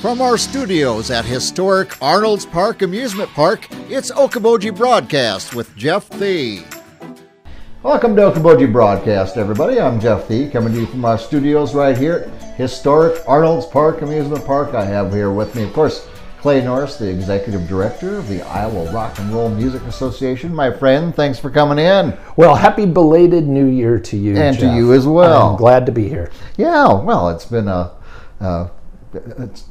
From our studios at historic Arnold's Park Amusement Park, it's Okoboji Broadcast with Jeff Thee. Welcome to Okoboji Broadcast, everybody. I'm Jeff Thee, coming to you from our studios right here at historic Arnold's Park Amusement Park. I have here with me, of course, Clay Norris, the executive director of the Iowa Rock and Roll Music Association. My friend, thanks for coming in. Well, happy belated New Year to you, And to Jeff. you as well. I'm glad to be here. Yeah, well, it's been a, uh, it's,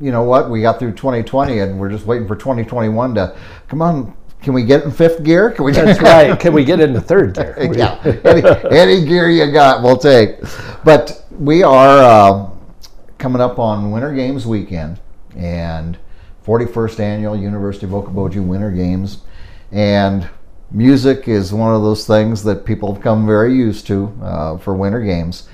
you know what? We got through 2020, and we're just waiting for 2021 to come on. Can we get in fifth gear? Can we? That's right. Can we get into third gear? We- yeah, any, any gear you got, we'll take. But we are um coming up on Winter Games weekend and 41st annual University of Okoboji Winter Games, and music is one of those things that people have come very used to uh, for Winter Games.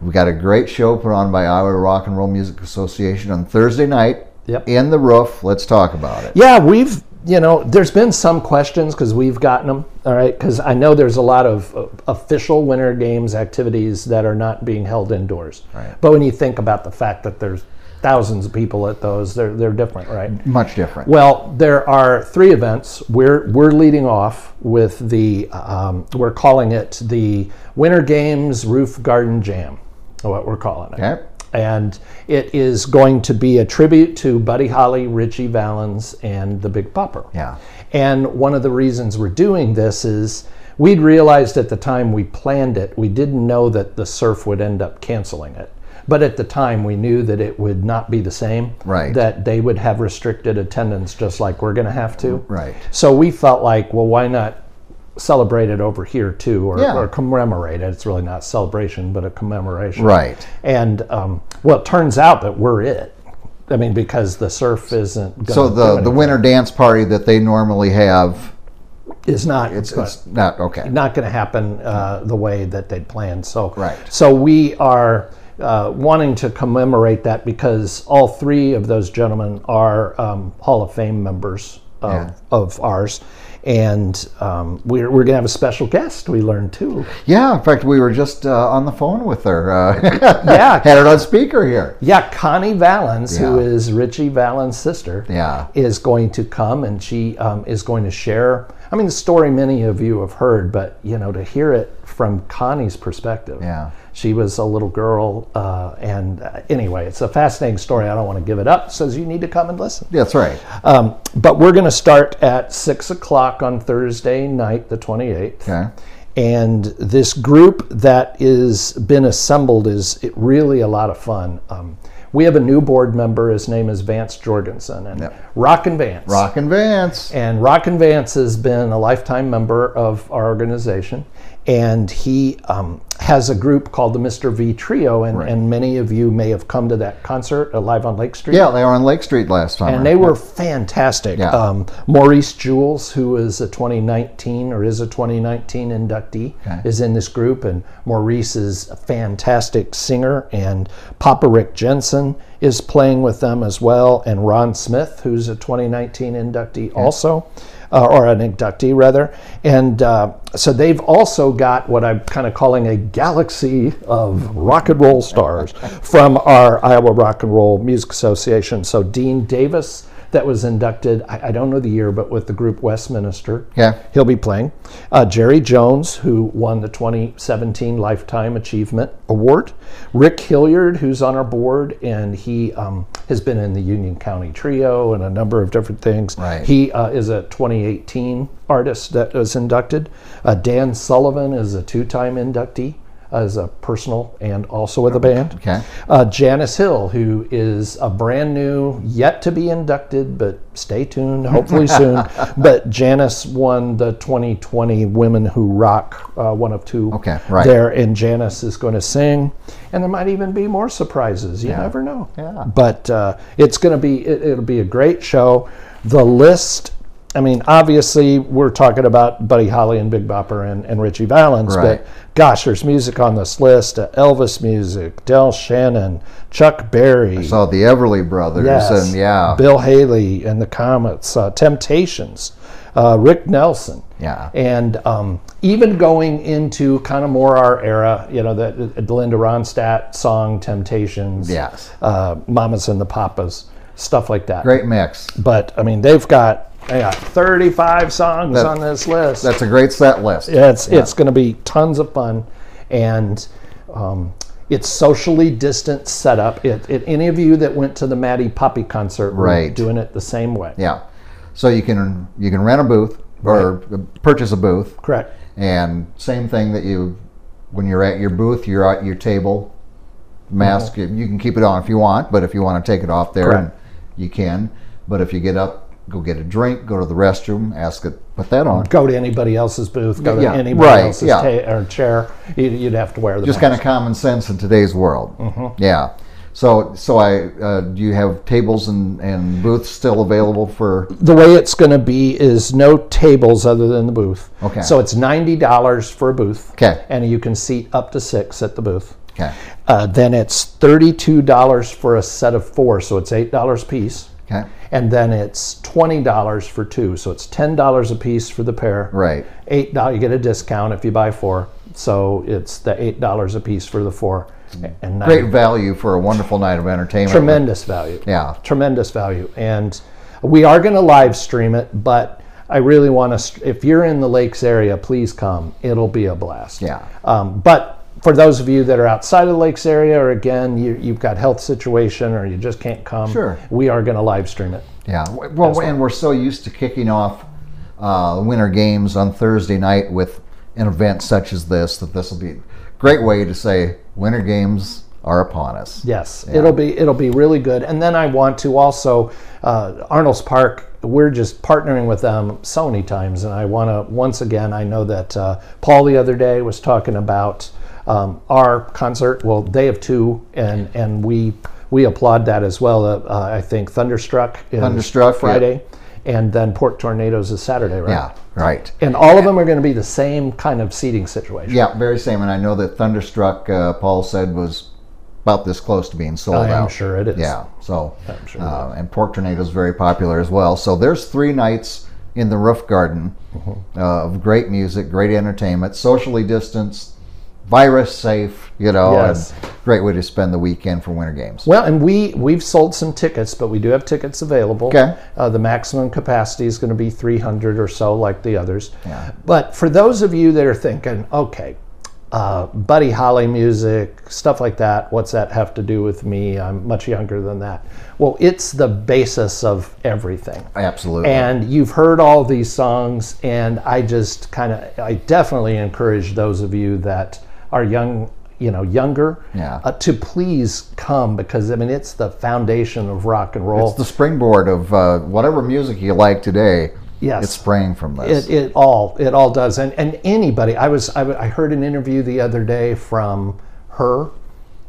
We got a great show put on by Iowa Rock and Roll Music Association on Thursday night Yep. in the roof. Let's talk about it. Yeah, we've you know, there's been some questions because we've gotten them. All right, because I know there's a lot of uh, official Winter Games activities that are not being held indoors. Right. But when you think about the fact that there's thousands of people at those, they're they're different, right? Much different. Well, there are three events. We're we're leading off with the um, we're calling it the Winter Games Roof Garden Jam, what we're calling it, Okay. and it is going to be a tribute to Buddy Holly, Richie Valens, and the Big Popper. Yeah. And one of the reasons we're doing this is we'd realized at the time we planned it, we didn't know that the surf would end up canceling it. But at the time, we knew that it would not be the same. Right. That they would have restricted attendance just like we're going to have to. Right. So we felt like, well, why not celebrate it over here too or, Yeah. or commemorate it? It's really not celebration, but a commemoration. Right. And um, well, it turns out that we're it. I mean, because the surf isn't gonna So the do the anything. winter dance party that they normally have is not It's, it's not okay. not going to happen uh, the way that they'd planned. So Right. So we are uh, wanting to commemorate that because all three of those gentlemen are um, Hall of Fame members of, Yeah. of ours, and um, we're we're going to have a special guest. We learned too. Yeah, in fact, we were just uh, on the phone with her. Uh, Yeah. had it on speaker here. Yeah, Connie Valens, who Yeah. is Richie Valens' sister, Yeah. is going to come and she um, is going to share. I mean, the story many of you have heard, but you know, to hear it from Connie's perspective. Yeah. She was a little girl, uh, and uh, anyway, it's a fascinating story. I don't want to give it up. Says you need to come and listen. That's right. Um, but we're going to start at six o'clock on Thursday night, the twenty eighth. Okay. And this group that is been assembled is it really a lot of fun. Um, we have a new board member. His name is Vance Jorgensen, and Yep. Rockin' Vance. Rockin' Vance. And Rockin' Vance has been a lifetime member of our organization, and he um, has a group called the Mr. V Trio, and, and many of you may have come to that concert uh, live on Lake Street. Yeah, they were on Lake Street last time. And they were fantastic. Yeah. Um, Maurice Jules, who is a 2019 or is a 2019 inductee, is in this group. And Maurice is a fantastic singer. And Papa Rick Jensen is playing with them as well. And Ron Smith, who's a 2019 inductee also, uh, or an inductee rather. And uh, so they've also got what I'm kind of calling a galaxy of rock and roll stars from our Iowa Rock and Roll Music Association. So Dean Davis, that was inducted, I, I don't know the year, but with the group Westminster. Yeah. He'll be playing. Uh, Jerry Jones, who won the 2017 Lifetime Achievement Award. Rick Hilliard, who's on our board, and he um, has been in the Union County Trio and a number of different things. Right. He uh, is a 2018 artist that was inducted. Uh, Dan Sullivan is a two time inductee as a personal and also with a band. Okay. Uh, Janice Hill, who is a brand new, yet to be inducted, but stay tuned, hopefully soon. But Janice won the 2020 Women Who Rock, uh, one of two Okay, right. there, and Janice is going to sing. And there might even be more surprises. You never know. Yeah. But uh, it's going to be, it, it'll be a great show. The list, I mean, obviously, we're talking about Buddy Holly and Big Bopper and, and Richie Valens, Right. but gosh, there's music on this list uh, Elvis music, Del Shannon, Chuck Berry. Saw the Everly Brothers Yes. and yeah, Bill Haley and the Comets, uh, Temptations, uh, Rick Nelson. Yeah. And um, even going into kind of more our era, you know, that the Linda Ronstadt song "Temptations," Yes. uh, "Mamas and the Papas," stuff like that. Great mix. But I mean, they've got they got 35 songs That- on this list. That's a great set list. Yeah, it's it's going to be tons of fun, and um, it's socially distant setup. It, it, any of you that went to the Maddie Poppy concert, were Right. doing it the same way. Yeah. So you can you can rent a booth or purchase a booth, Correct. and same thing that you when you're at your booth, you're at your table, mask. you- You can keep it on if you want, but if you want to take it off there, Mm-hmm. Correct. you can. But if you get up, go get a drink, go to the restroom, ask it, put that on. Go to anybody else's booth. Go Yeah, to anybody right, else's yeah. ta- or chair. You, you'd have to wear the Just mask. kind of common sense in today's world. Mm-hmm. Yeah. So so I uh, do you have tables and, and booths still available for the way it's going to be is no tables other than the booth. Okay. So it's ninety dollars for a booth. Okay. And you can seat up to six at the booth. okay Uh, then it's thirty-two dollars for a set of four, so it's eight dollars piece. okay and then it's twenty dollars for two, so it's ten dollars a piece for the pair. right Eight dollars, you get a discount if you buy four, so it's the eight dollars a piece for the four, and nine, Mm-hmm. great value for a wonderful night of entertainment. tremendous value. Yeah. tremendous value, and we are going to live stream it, but. I really want to. St- if you're in the lakes area, please come. It'll be a blast. Yeah. Um, but for those of you that are outside of the lakes area, or again, you, you've got health situation, or you just can't come, Sure. we are going to live stream it. Yeah. W- Well, and we're so used to kicking off uh, winter games on Thursday night with an event such as this that this will be a great way to say winter games are upon us. Yes, it'll be it'll be really good. And then I want to also uh, Arnold's Park. We're just partnering with them so many times, and I want to once again. I know that uh, Paul the other day was talking about um, our concert. Well, they have two, and and we we applaud that as well. Uh, uh, I think Thunderstruck is Thunderstruck, yeah. Friday, and then Port Tornadoes is Saturday, right? Yeah. Right. And all of them are going to be the same kind of seating situation. Yeah. Very same. And I know that Thunderstruck, uh, Paul said, was about this close to being sold I am out. sure it is. Yeah. So. I'm sure it uh, and pork tornadoes very popular as well. So there's three nights in the roof garden Mm-hmm. uh, of great music, great entertainment, socially distanced, virus safe. You know, Yes. and great way to spend the weekend for winter games. Well, and we we've sold some tickets, but we do have tickets available. Okay. Uh, the maximum capacity is going to be 300 or so, like the others. Yeah. But for those of you that are thinking, okay, uh, Buddy Holly music, stuff like that, what's that have to do with me? I'm much younger than that. Well, it's the basis of everything. Absolutely. And you've heard all these songs, and I just kind of, I definitely encourage those of you that are young, you know, younger, Yeah. uh, to please come because I mean it's the foundation of rock and roll. it's the springboard of uh, whatever music you like today. Yes. It's spraying from this. it, it all it all does, and and anybody. I was I, w- I heard an interview the other day from her.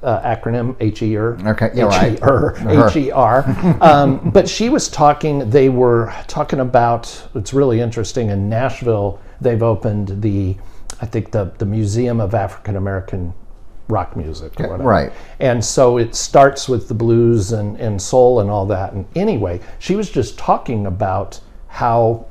Uh, acronym H E R. Okay, yeah, right. Her. H E R. Um, but she was talking. They were talking about. It's really interesting. In Nashville, they've opened the, I think the the Museum of African American Rock Music. Or whatever. right. And so it starts with the blues and, and soul and all that. And anyway, she was just talking about how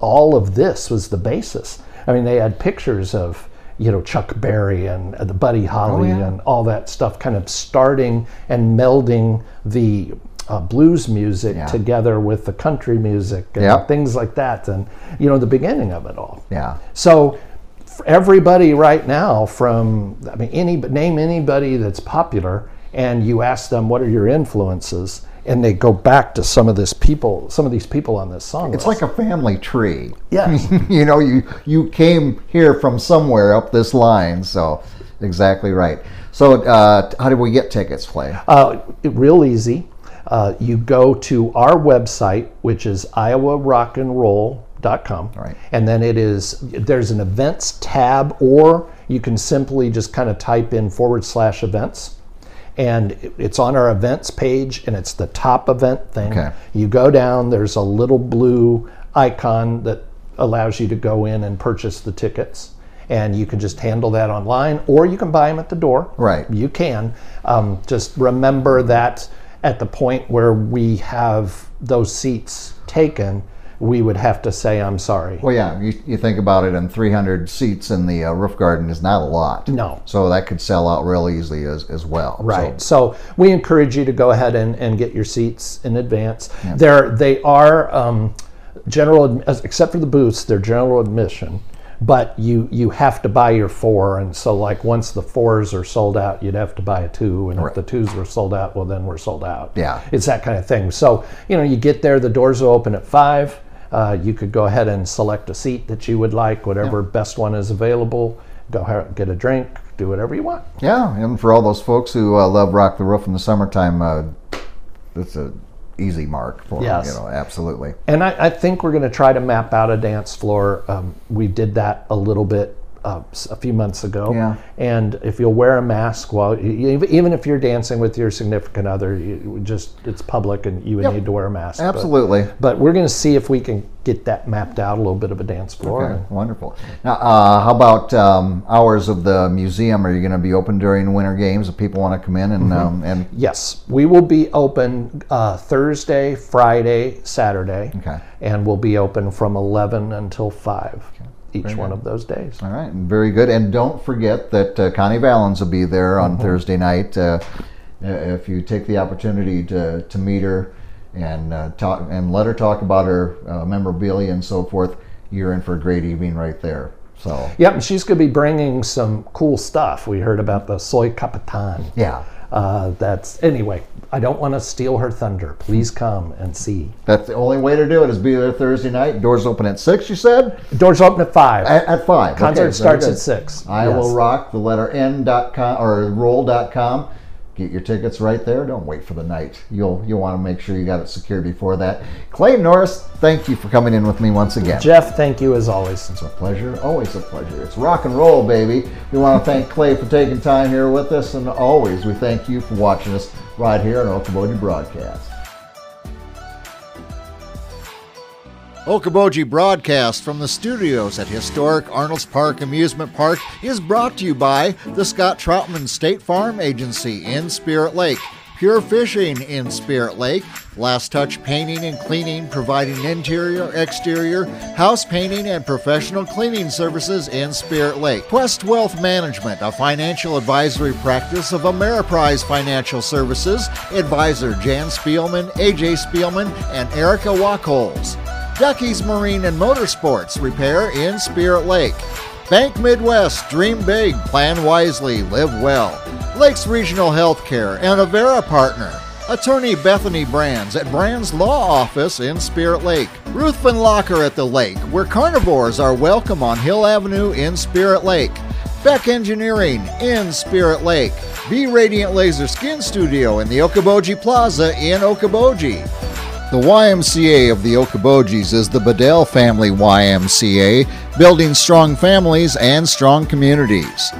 all of this was the basis. I mean, they had pictures of you know Chuck Berry and uh, the Buddy Holly Oh, and all that stuff, kind of starting and melding the uh, blues music together with the country music and Yep. things like that, and you know the beginning of it all. yeah. So for everybody right now from I mean any name anybody that's popular and you ask them what are your influences and they go back to some of this people some of these people on this song It's like a family tree. Yes. you know, you you came here from somewhere up this line. So, exactly right. So, uh, how do we get tickets, Clay? Uh, it- real easy. Uh, you go to our website, which is iowarockandroll.com. Right. And then it is, there's an events tab, or you can simply just kind of type in forward slash events. And it- it's on our events page, and it's the top event thing. Okay. You go down, there's a little blue icon that allows you to go in and purchase the tickets. And you can just handle that online, or you can buy them at the door. Right. You can. Um, just remember that at the point where we have those seats taken, we would have to say, I'm sorry. Well, yeah, you, you think about it, and 300 seats in the uh, roof garden is not a lot. No. So that could sell out real easily as, as well. Right. So, we encourage you to go ahead and, and get your seats in advance. They're, they are um, general, adm- uh, except for the booths, they're general admission. But you you have to buy your four, and so like once the fours are sold out, you'd have to buy a two, and if the twos were sold out, well then we're sold out. Yeah. it's that kind of thing. So you know, you get there, the doors will open at five. Uh, you could go ahead and select a seat that you would like, whatever best one is available. Go ahead, get a drink, do whatever you want. Yeah, and for all those folks who uh, love Rock the Roof in the summertime, uh, that's a easy mark for 'em, Yes. you know, absolutely. And I, I think we're going to try to map out a dance floor. Um, we did that a little bit uh, s- a few months ago. Yeah. And if you'll wear a mask while, e- e- even if you're dancing with your significant other, you just it's public and you would need to wear a mask. but- Absolutely. But, we're going to see if we can get that mapped out a little bit of a dance floor. Okay, And wonderful. Now, uh, how about um, hours of the museum? Are you going to be open during winter games if people want to come in and um, and Yes, we will be open uh, Thursday, Friday, Saturday. okay. And we'll be open from 11 until 5 each one of those days. All right, very good. And don't forget that uh, Connie Valens will be there on Thursday night. Uh, uh, if you take the opportunity to, to meet her and uh, talk and let her talk about her uh, memorabilia and so forth, you're in for a great evening right there. So Yep, and she's going to be bringing some cool stuff. We heard about the soy capitan. yeah, Uh, that's anyway. I don't want to steal her thunder. Please come and see. that's the only way to do it is be there Thursday night. Doors open at six. You said Doors open at five. at, at five. Concert Okay, very starts good. at six. I will rock the letter N dot com or roll dot com. Get your tickets right there. Don't wait for the night. You'll you'll want to make sure you got it secured before that. Clay Norris, thank you for coming in with me once again. Jeff, thank you as always. It's a pleasure, always a pleasure. It's rock and roll, baby. We want to thank Clay for taking time here with us, and always we thank you for watching us right here on Okoboji Broadcast. Okoboji Broadcast from the studios at historic Arnold's Park Amusement Park is brought to you by the Scott Troutman State Farm Agency in Spirit Lake, Pure Fishing in Spirit Lake, Last Touch Painting and Cleaning providing interior, exterior, house painting, and professional cleaning services in Spirit Lake, Quest Wealth Management, a financial advisory practice of Ameriprise Financial Services, advisor Jan Spielman, AJ Spielman, and Erica Wachholz. Ducky's Marine and Motorsports Repair in Spirit Lake. Bank Midwest, dream big, plan wisely, live well. Lakes Regional Healthcare and Avera Partner. Attorney Bethany Brands at Brands Law Office in Spirit Lake. Ruthven Locker at the Lake, where carnivores are welcome on Hill Avenue in Spirit Lake. Beck Engineering in Spirit Lake, B Radiant Laser Skin Studio in the Okoboji Plaza in Okoboji. The YMCA of the Okobojis is the Bedell Family YMCA, building strong families and strong communities.